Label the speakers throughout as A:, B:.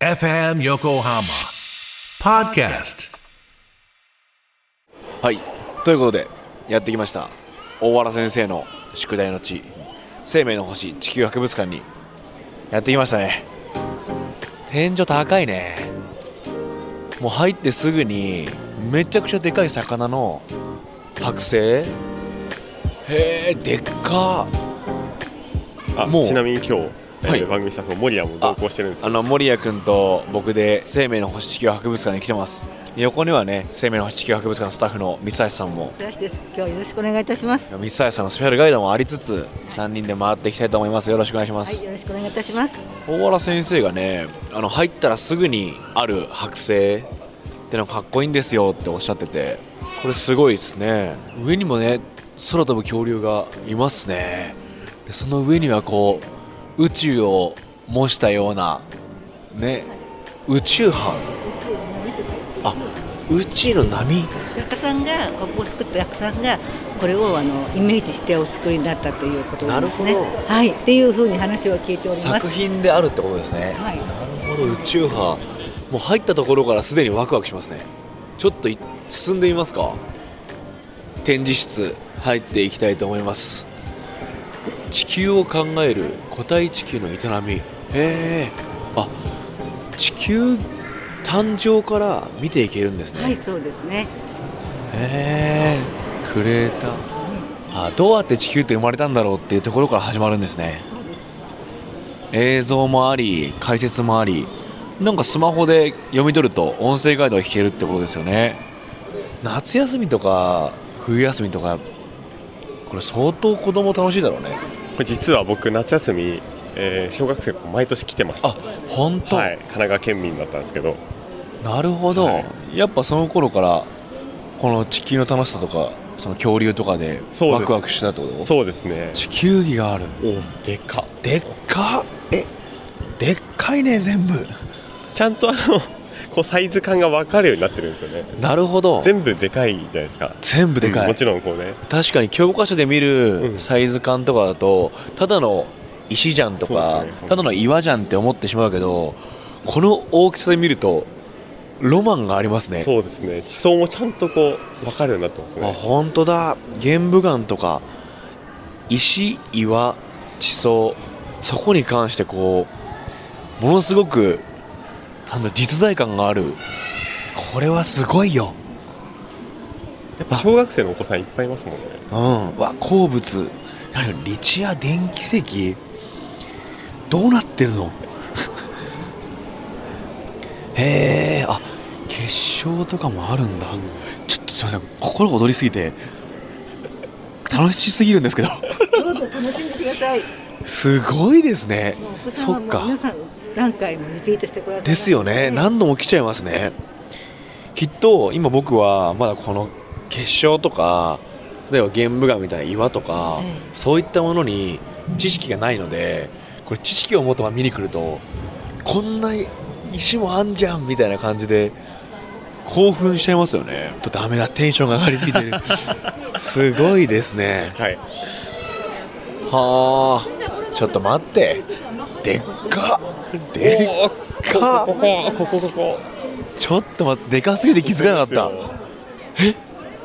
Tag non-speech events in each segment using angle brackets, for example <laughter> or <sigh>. A: FM Yokohama Podcast.
B: はいということでやってきました大原先生の宿題の地生命の星地球博物館にやってきましたね天井高いねもう入ってすぐにめちゃくちゃでかい魚の剥製へえでっか
C: あ
B: もう
C: ちなみに今日、えー
B: はい
C: 番組スタッフの森谷も同行してるんですけ
B: あ
C: ど
B: の森谷君と僕で生命の星地球博物館に来てます横にはね生命の星地球博物館のスタッフの三橋さんも
D: 林です。今日はよろしくお願いいたします。
B: 三橋さんのスペシャルガイドもありつつ3人で回っていきたいと思いますよろしくお願いしま
D: は
B: す、
D: い、よろしくお願いいたします。
B: 大原先生がねあの入ったらすぐにある剥製ってのがかっこいいんですよっておっしゃっててこれすごいですね上にもね空飛ぶ恐竜がいますねでその上にはこう宇宙を模したようなね宇宙班あ宇宙の波
D: 作家さんが、ここを作った作家さんが、これをあのイメージしてお作りになったということなんですね。
B: なるほ
D: はい、っていうふうに話は聞いております
B: 作。品であるってことですね
D: はい、
B: この宇宙波もう入ったところからすでにワクワクしますねちょっとい進んでみますか展示室入っていきたいと思います地球を考える個体地球の営みへえあ地球誕生から見ていけるんですね、
D: はい、そうで
B: <laughs>
D: すね。
B: へえクレーターあどうやって地球って生まれたんだろうっていうところから始まるんですね映像もあり解説もありなんかスマホで読み取ると音声ガイドが聞けるってことですよね夏休みとか冬休みとかこれ相当子供楽しいだろうね
C: これ実は僕夏休み、えー小学生の頃毎年来てました
B: あ本当、
C: はい、神奈川県民だったんですけど
B: なるほど、
C: はい
B: やっぱその頃からこの地球の楽しさとかその恐竜とかで
C: そうで
B: ワ
C: す
B: クワクしてたってこと
C: そうですね
B: 地球儀がある
C: おでか
B: でっかえでっかいね全部
C: ちゃんとあの <laughs> こうサイズ感が分かるようになってるんですよね
B: なるほど全部
C: 全部でかいじゃないですか
B: でかい、
C: うんもちろんこうね
B: 確かに教科書で見
C: う
B: る
C: ん
B: サイズ感とかだとただの石じゃんとか、
C: そうですね
B: ただの岩じゃんって思ってしまうけどこの大きさで見るとロマンがありますね
C: そうですね地層もちゃんとこう分かるようになってます
B: あ
C: ね
B: 本当だ玄武岩とか石岩地層そこに関してこうものすごくなんだ実在感があるこれはすごいよ
C: やっぱ小学生のお子さんいっぱいいますもんね
B: うんわ鉱物何よリチア電気石どうなってるの <laughs> へえあ結晶とかもあるんだ、ちょっとすいません心躍りすぎて楽しすぎるん <laughs> ですけど
D: どうぞ楽しんでください。
B: すごいですね
D: もうお。子さ
B: そ
D: んは
B: っ
D: もう
B: か
D: 皆。さん何回もリピートしてください。
B: ですよね。何度も来ちゃいますね。きっと今僕はまだこの結晶とか、例えば玄武岩みたいな岩とか、
D: ええ
B: そういったものに知識がないので、これ知識を持ったまま見に来ると、こんな石もあんじゃんみたいな感じで興奮しちゃいますよね。ちょっとダメだ、テンションが上がりすぎ
D: <laughs>
B: てる。すごいですね。
C: はい
B: はあちょっと待ってでっかでっか
C: ここここここ
B: ちょっと待ってでかすぎて気づかなかっ
C: っ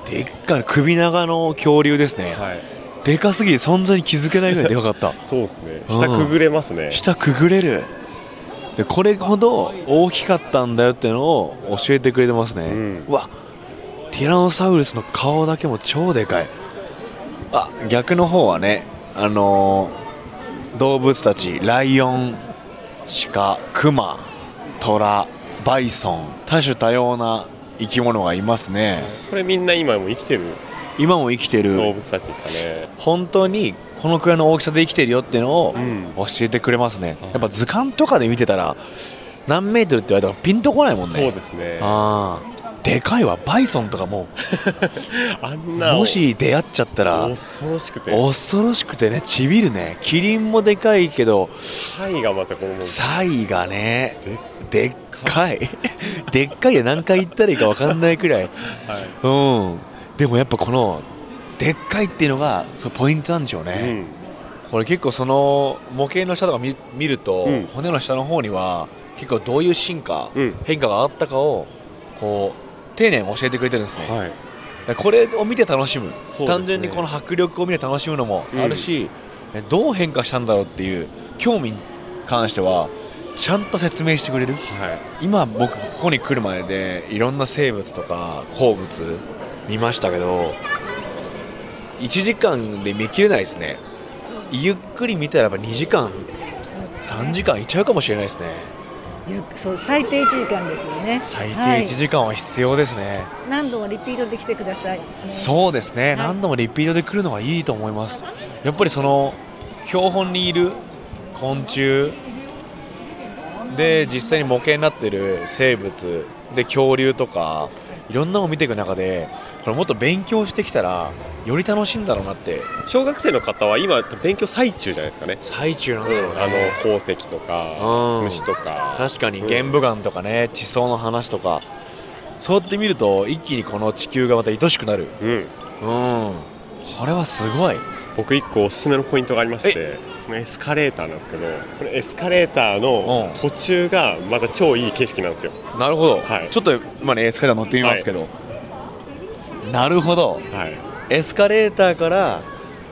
C: た
B: でっか首長の恐竜ですね、
C: たはい
B: でかすぎて存在に気づけないぐらいでかかった
C: <laughs> そうですね下くぐれますね
B: 下くぐれるでこれほど大きかったんだよっていうのを教えてくれてますね、
C: ん
B: うわティラノサウルスの顔だけも超でかいあ逆の方はねあのー動物たちライオン鹿クマトラバイソン多種多様な生き物がいますね
C: これみんな今も生きてる
B: 今も生きて
C: 動
B: る
C: 物たちですかね
B: 本当にこのくらいの大きさで生きてるよっていうのを
C: うん
B: 教えてくれますね、
C: うん
B: やっぱ図鑑とかで見てたら何メートルって言われたらピンとこないもんね
C: そうですねあ
B: あーでかいわバイソンとかも
C: んな
B: もし出会っちゃったら
C: 恐ろしくて
B: 恐ろしくてねちびるねキリンもでかいけど
C: サイがまたこのもう
B: サイがねで
C: で
B: っかいでっかいで何回言ったらいいか分かんないくらい
C: はい
B: うんでもやっぱこのでっかいっていうのがそうポイントなんでしょう
C: う
B: ね、
C: ん
B: これ結構その模型の下とか見見ると、
C: うん
B: 骨の下の方には結構どういう進化、
C: うん
B: 変化があったかをこう丁寧に教えてくれてるんですね、
C: は
B: だ
C: い
B: からこれを見て楽しむ、
C: すね
B: 単純にこの迫力を見て楽しむのもあるし、えどう変化したんだろうっていう興味に関してはちゃんと説明してくれる
C: はい
B: 今僕ここに来る前でいろんな生物とか鉱物見ましたけど1時間で見切れないですねゆっくり見たらば2時間3時間いっちゃうかもしれないですね
D: よくそう最低1時間ですよね
B: 最低
D: はい
B: 1時間は必要ですね、
D: 何度もリピートできてください
B: そうですね、
D: い
B: 何度もリピートで来るのがいいと思いますやっぱりその標本にいる昆虫で実際に模型になってる生物で恐竜とかいろんなのを見ていく中でこれもっと勉強してきたらより楽しいんだろうなって
C: 小学生の方は今勉強最中じゃないですかね
B: 最中なんだろう
C: あの
B: ね、
C: 宝石と
B: う
C: か
B: ん
C: 虫とか
B: 確かに
C: うん
B: 玄武岩とかね地層の話とかそうやって見ると一気にこの地球がまた愛しくなる
C: うん
B: うんこれはすごい
C: 僕一個おすすめのポイントがありましてこのエスカレーターなんですけどこれエスカレーターの
B: うん
C: 途中がまた超いい景色なんですよ
B: なるほど、
C: はい
B: ちょっと今ねエスカレーター乗ってみますけど、なるほど
C: はい
B: エスカレーターから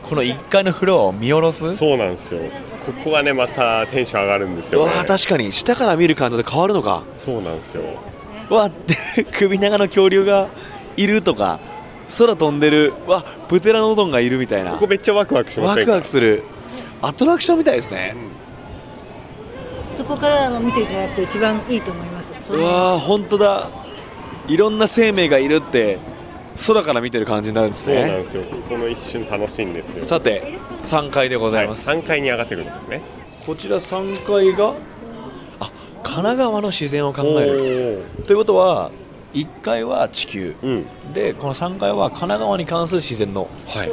B: この1階のフロアを見下ろすう
C: そうなんですよここがねまたテンション上がるんですよ、ね
B: わ、ー確かに下から見る感じで変わるのか
C: そうなんですよ
B: うわって <laughs> 首長の恐竜がいるとか空飛んでるうわプテラノドンがいるみたいな
C: ここめっちゃワクワクしま
B: ワ
C: せん
B: ク
C: か
B: ワクするアトラクションみたいですね、
D: そこからあの見ていただくと一番いいと思いますそうれ
B: わー本当だいろんな生命がいるって空から見てる感じになるんです
C: そうなん
B: ね
C: ですよここの一瞬楽しいんですよ
B: さて3階でございます、
C: 3階に上がってくるんですね
B: こちら3階があ神奈川の自然を考える
C: る
B: ということは1階は地球
C: うん
B: でこの3階は神奈川に関する自然の
C: はい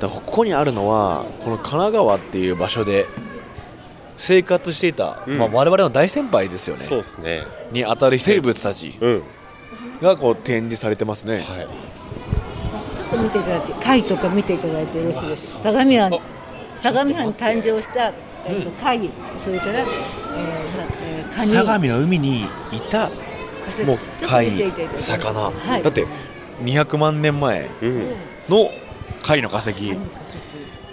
B: だからここにあるのはこの神奈川っていう場所で生活していた、
C: うん
B: まあ、我々の大先輩ですよね
C: そうですね
B: にあたる生物たち
C: うん
B: がこう展示されてますね、
C: はい
D: ちょっと見ていただいて貝とか見ていただいてよろしいですか相模
B: あ
D: 湾相模湾に誕生した、えっと貝それから、えーさえー、カニ
B: 相模の海にいたもう貝
D: ちょっと見ていただいて
B: 魚、
D: はい
B: だって200万年前
C: うん
B: の貝の化石、
D: うん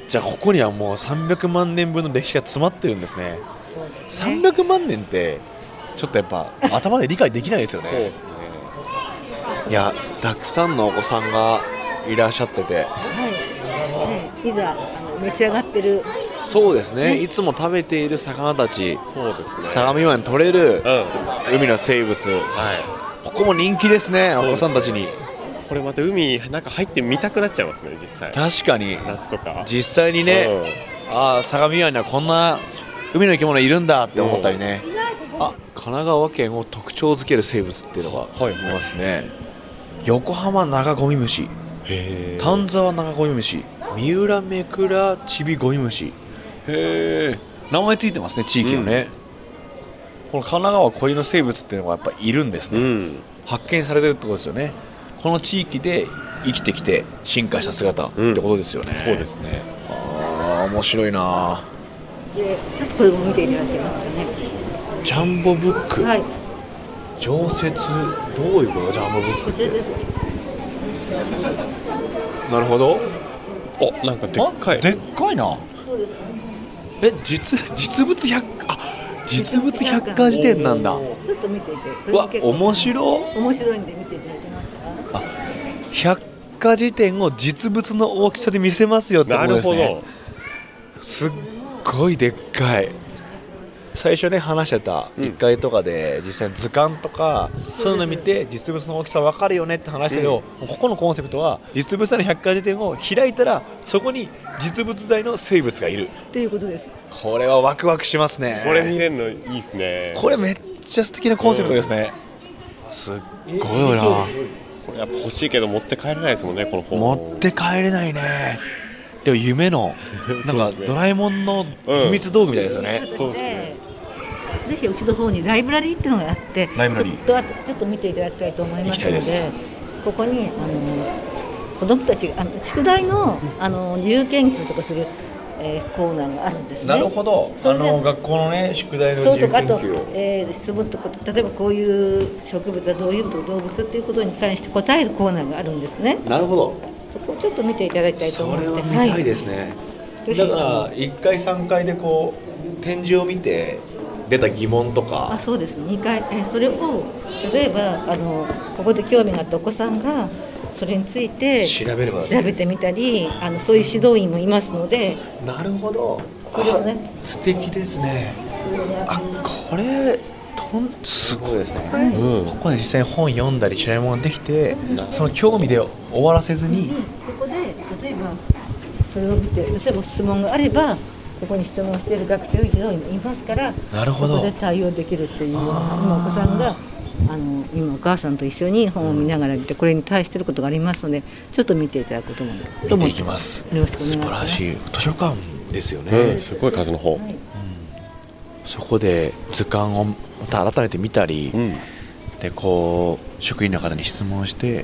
B: じゃあここにはもう300万年分の歴史が詰まってるんですね
D: そうですね
B: 300万年ってちょっとやっぱ頭で理解できないですよ
C: そうで
B: ね
C: すね
B: いやたくさんのお子さんがいらっしゃってて
D: はい、はい、いざあの召し上がってる
B: そうですね
D: ね
B: いつも食べている魚たち
C: そうですね
B: 相模湾に取れる
C: うん
B: 海の生物
C: は
B: ここも人気ですね
C: そう
B: お
C: です
B: 子さんたちに
C: いこれまた海なんか入ってみたくなっちゃいますね実際
B: 確かに
C: 夏とか
B: 実際にね、ああ相模湾にはこんな海の生き物いるんだって思ったりね、あ神奈川県を特徴づける生物っていうのが
C: はい
B: いますね、横浜長ゴミムシ
C: へー
B: 丹沢長ゴミムシ三浦めくらちびゴミムシへえ名前ついてますね地域のね、この神奈川固有の生物っていうのがやっぱいるんですね、
C: うん
B: 発見されてるってことですよねこの地域で生きてきて進化した姿ってことですよね、
C: そうですね
B: ああ面白いな
D: でちょっとこれも見ていただけますか
B: ジャンボブック、
D: ねはい
B: 常設どういうことジャンボブッ
D: こちらです
B: クなるほど
C: おなんかでっかい
B: でっかいなえ実実物百科あ実物百科事典なんだう
D: ちょっと見ていてこれ
B: わ
D: も結構
B: 面白
D: 面白いんで見ていただけますか
B: 百科事典を実物の大きさで見せますよってこ
C: な
B: と
C: る
B: です
C: ほ
B: ね
C: ど
B: すっごいでっかい最初ね話してた
C: うん
B: 1階とかで実際に図鑑とかそういうの見て実物の大きさ分かるよねって話したけど、もうここのコンセプトは実物大の百科事典を開いたらそこに実物大の生物がいる
D: ということです
B: これはワクワクしますね
C: これ見れるのいいですね
B: これめっちゃ素敵なコンセプトですね、すっごいよな
C: これやっぱ欲しいけど持って帰れないですもんねこの本
B: 持って帰れないねでも夢のなんか
C: <laughs> そうね
B: ドラえもんの秘密道具みたいですよね、
C: そうですね
D: ぜひうちの方にライブラリーっていうのがあって
B: ライブラリー
D: ちょっとあとちょっと見ていただきたいと思いま
B: 行き
D: す
B: たい
D: ので
B: です
D: ここにあの子どもたちがあの宿題のあの自由研究とかする、えーコーナーがあるんですね。
B: なるほど、
D: そ
B: あ
D: れで
B: の学校のね宿題の
D: そう
B: 自
D: と
B: 由
D: かあ
B: 研
D: と
B: 究を、
D: えー質問とか例えばこういう植物はどういう動物っていうことに関して答えるコーナーがあるんですね
B: なるほど
D: そこをちょっと見ていただきたいと
B: そ
D: 思って、
B: れは見たいですすね、
D: はい
B: だから1回3回でこう展示を見て出た疑問と
D: はいあ
B: か
D: そうです2回、えーそれを例えばあのここで興味があったお子さんがそれについて
B: 調べれば
D: 調べてみたりあのそういう指導員もいますので
B: なるほど
D: そうですね
B: あ素敵ですねあこれとんすごいですね、
C: うん
B: ここで実際に本読んだり調べ物できて、その興味で終わらせずに、
D: でここで例えばそれを見て例えば質問があればここに質問している学習指導員もいますから
B: なるほど
D: ここで対応できるっていう今お子さんがあの今お母さんと一緒に本を見ながら見てこれに対してることがありますのでちょっと見ていただくと思うと
B: 見
D: 思
B: て
D: う
B: いきます
D: よろしくお願い
B: 素
D: し
B: 晴
D: ま
B: ら
D: す
B: しい図書館ですよね、
C: うんすごい数の本、
D: はい
B: そこで図鑑をまた改めて見たり、
C: うん
B: でこう職員の方に質問して、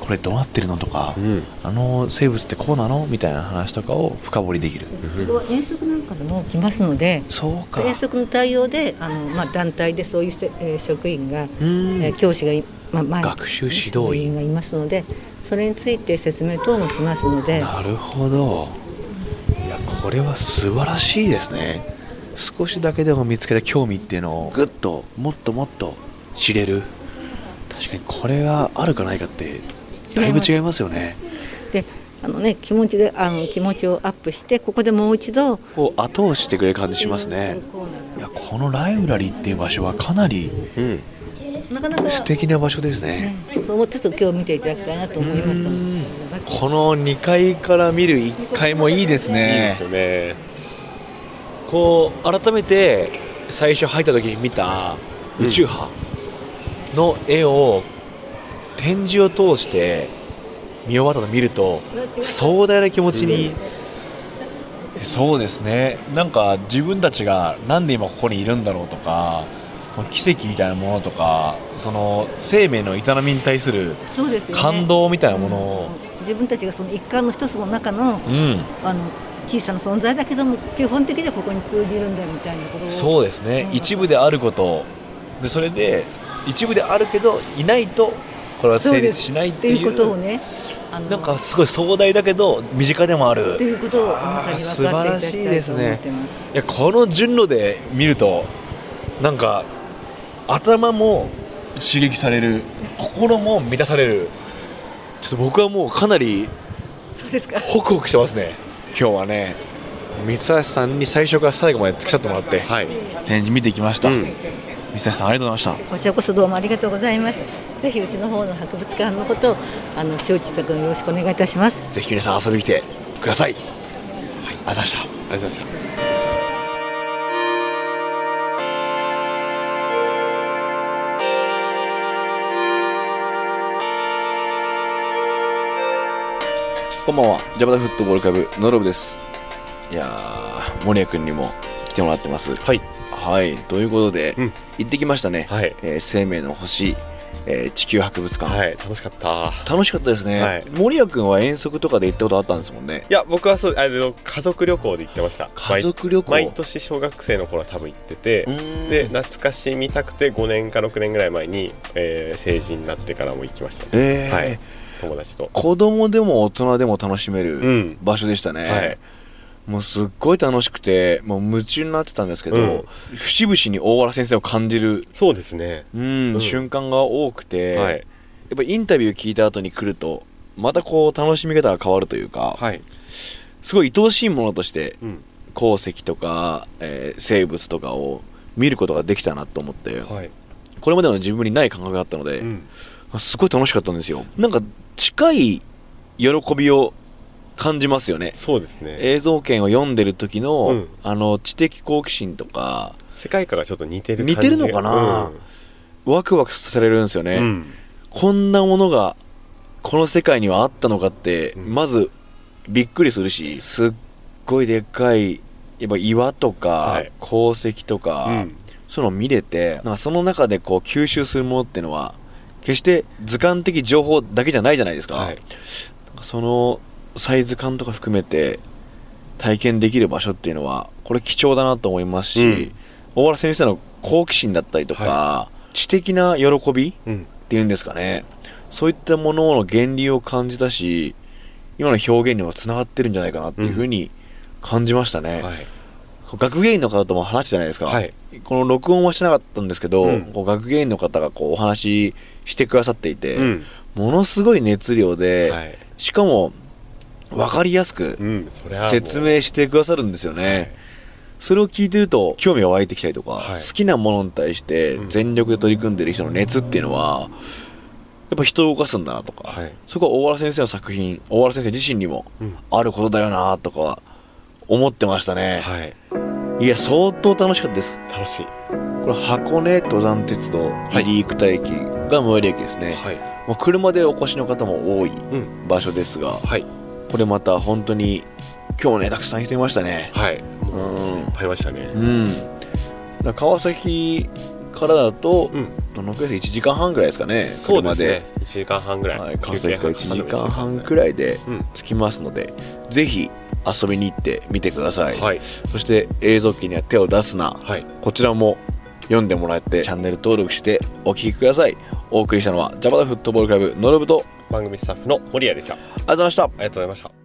B: これどうなってるのとか、
C: うん
B: あの生物ってこうなのみたいな話とかを深掘りできる、
D: ここは遠足なんかでも来ますので
B: そうか
D: 遠足の対応であの、まあ、団体でそういうせ、えー職員が、
B: ん
D: えー教師がい、まあ、前に
B: 学習指導員
D: がいますのでそれについて説明等もしますので
B: なるほどいやこれは素晴らしいですね少しだけでも見つけた興味っていうのをぐっともっともっと知れる確かにこれがあるかないかってだいぶ違いますよね
D: であの、ね、気持ちであの気持ちをアップしてここでもう一度
B: こう後押ししてくれる感じしますね
D: コーナー
B: い
D: が
B: やこのライブラリーっていう場所はかなり
C: うん
D: なかなか
B: 素敵な場所ですね
D: ねそう思ってちょっと今日見ていただきたいなと思いましたので
B: この2階から見る1階もいいです
C: いいで
B: ね
C: すよね
B: こう改めて最初入った時に見た宇宙波の絵を展示を通して見終わったの見ると壮大な気持ちに、そうですねなんか自分たちがなんで今ここにいるんだろうとかこの奇跡みたいなものとかその生命の営みに対する
D: そうですよね
B: 感動みたいなものを、
D: 自分たちがその一環の一つの中の
B: うん、
D: あの小さな存在だけども基本的にはここに通じるんだよみたいなことを
B: そうですね、
D: うん
B: 一部であることでそれで一部であるけどいないとこれは
D: そう
B: 成
D: で
B: 立
D: す
B: しないっ
D: ってて
B: いう
D: いうことをねあの
B: なんかすごい壮大だけど身近でもあ
D: って
B: る
D: いうことを
B: あ
D: ま
B: ー
D: さに分かっていただきたいと思ってます
B: いやこの順路で見るとなんか頭も刺激される心も満たされるちょっと僕はもうかなり
D: そうですか
B: ホクホクしてますね今日はね三橋さんに最初から最後まで付き添ってもらって、
C: はい
B: 展示見てきました、
C: うん
B: 三橋さんありがとうございました
D: こちらこそどうもありがとうございますぜひうちの方の博物館のことをあの周知とかよろしくお願いいたします
B: ぜひ皆さん遊びに来てください。はい、ありがとうございました。
C: ありがとうございました
E: こんばんは、ジャパダフットボールクラブのロブです。いやー、森谷君にも来てもらってます。はい。はい、ということで、
C: うん
E: 行ってきましたね。
C: はい
E: えー生命の星、えー地球博物館。
C: はい楽しかった
E: 楽しかったですね。
C: はい
E: 森谷君は遠足とかで行ったことあったんですもんね。
C: いや僕はそうあの家族旅行で行ってました
E: 家族旅行。
C: 毎毎年小学生の頃は多分行ってて
E: うーん
C: で懐かしみたくて5年か6年ぐらい前に、えー成人になってからも行きました、
E: えー
C: はい友達と
E: 子供でも大人でも楽しめ
C: う
E: る
C: ん
E: 場所でしたね。
C: はい
E: もうすっごい楽しくて、もう夢中になってたんですけど、
C: うん
E: 節々に大原先生を感じる、
C: そうですね、
E: うん
C: うん
E: 瞬間が多くて、
C: はい
E: やっぱインタビュー聞いた後に来るとまたこう楽しみ方が変わるというか、
C: はい、
E: すごい愛おしいものとして
C: うん、
E: 鉱石とか、えー生物とかを
B: 見ることができたなと思って、
C: はい、
B: これまでの自分にない感覚だったので、
C: うん、
B: すごい楽しかったんですよなんか近い喜びを感じますよね
C: そうですね
B: 映像圏を読んでる時の、
C: うん
B: あの知的好奇心とか
C: 世界観がちょっと似てる感じが
B: 似てるのかなワクワクさせられるんですよね、
C: うん、うん
B: こんなものがこの世界にはあったのかって、
C: うん
B: まずびっくりするしすっごいでっかいやっぱ岩とか、
C: はい
B: 鉱石とか、
C: うん
B: そういうのを見れてなんかその中でこう吸収するものっていうのは決して図鑑的情報だけじゃないじゃないですか、
C: はい、
B: なんかそのサイズ感とか含めて体験できる場所っていうのはこれ貴重だなと思いますし、
C: うん
B: 大原先生の好奇心だったりとか、
C: は
B: 知的な喜び
C: うん、
B: っていうんですかねそういったものの源流を感じたし今の表現にもつながってるんじゃないかなっていうふうに感じましたね、
C: はい、
B: 学芸員の方とも話してたじゃないですか、
C: はい
B: この録音はしてなかったんですけど、
C: うん
B: こう学芸員の方がこうお話ししてくださっていて、
C: うん
B: ものすごい熱量で、
C: はい
B: しかも分かりやすく
C: うん、それはもう
B: 説明してくださるんですよね、それを聞いてると興味が湧いてきたりとか、
C: はい
B: 好きなものに対して
C: うん
B: 全力で取り組んでる人の熱っていうのはやっぱ人を動かすんだなとか、
C: はい
B: そこは大原先生の作品大原先生自身にも
C: うん
B: あることだよなとか思ってましたね、
C: はい
B: い、や相当楽しかったです
C: 楽しい
B: これ箱根登山鉄道入生田駅が最寄り駅ですね、
C: はい
B: もう車でお越しの方も多い
C: ん
B: 場所ですが、
C: はい
B: これまた本当に今日ねたくさん人いましたね
C: はい
B: うん
C: いっぱいいましたね
B: うん、だから川崎からだと、
C: うん
B: どのくらいで1時間半ぐらいですかね、
C: そうで
B: 車
C: すね
B: で、
C: 1時間半ぐらい、
B: はい、川崎から1時間半く
C: ら
B: らいで
C: うん
B: 着きますので、ぜひ遊びに行ってみてください、
C: はい
B: そして映像機には手を出すな、
C: はい
B: こちらも読んでもらって、チャンネル登録してお聞きください。お送りしたのは、ジャパタフットボールクラブ、のろぶと、
C: 番組スタッフの森谷でしたあり
B: ありがとうございました。
C: がとうございました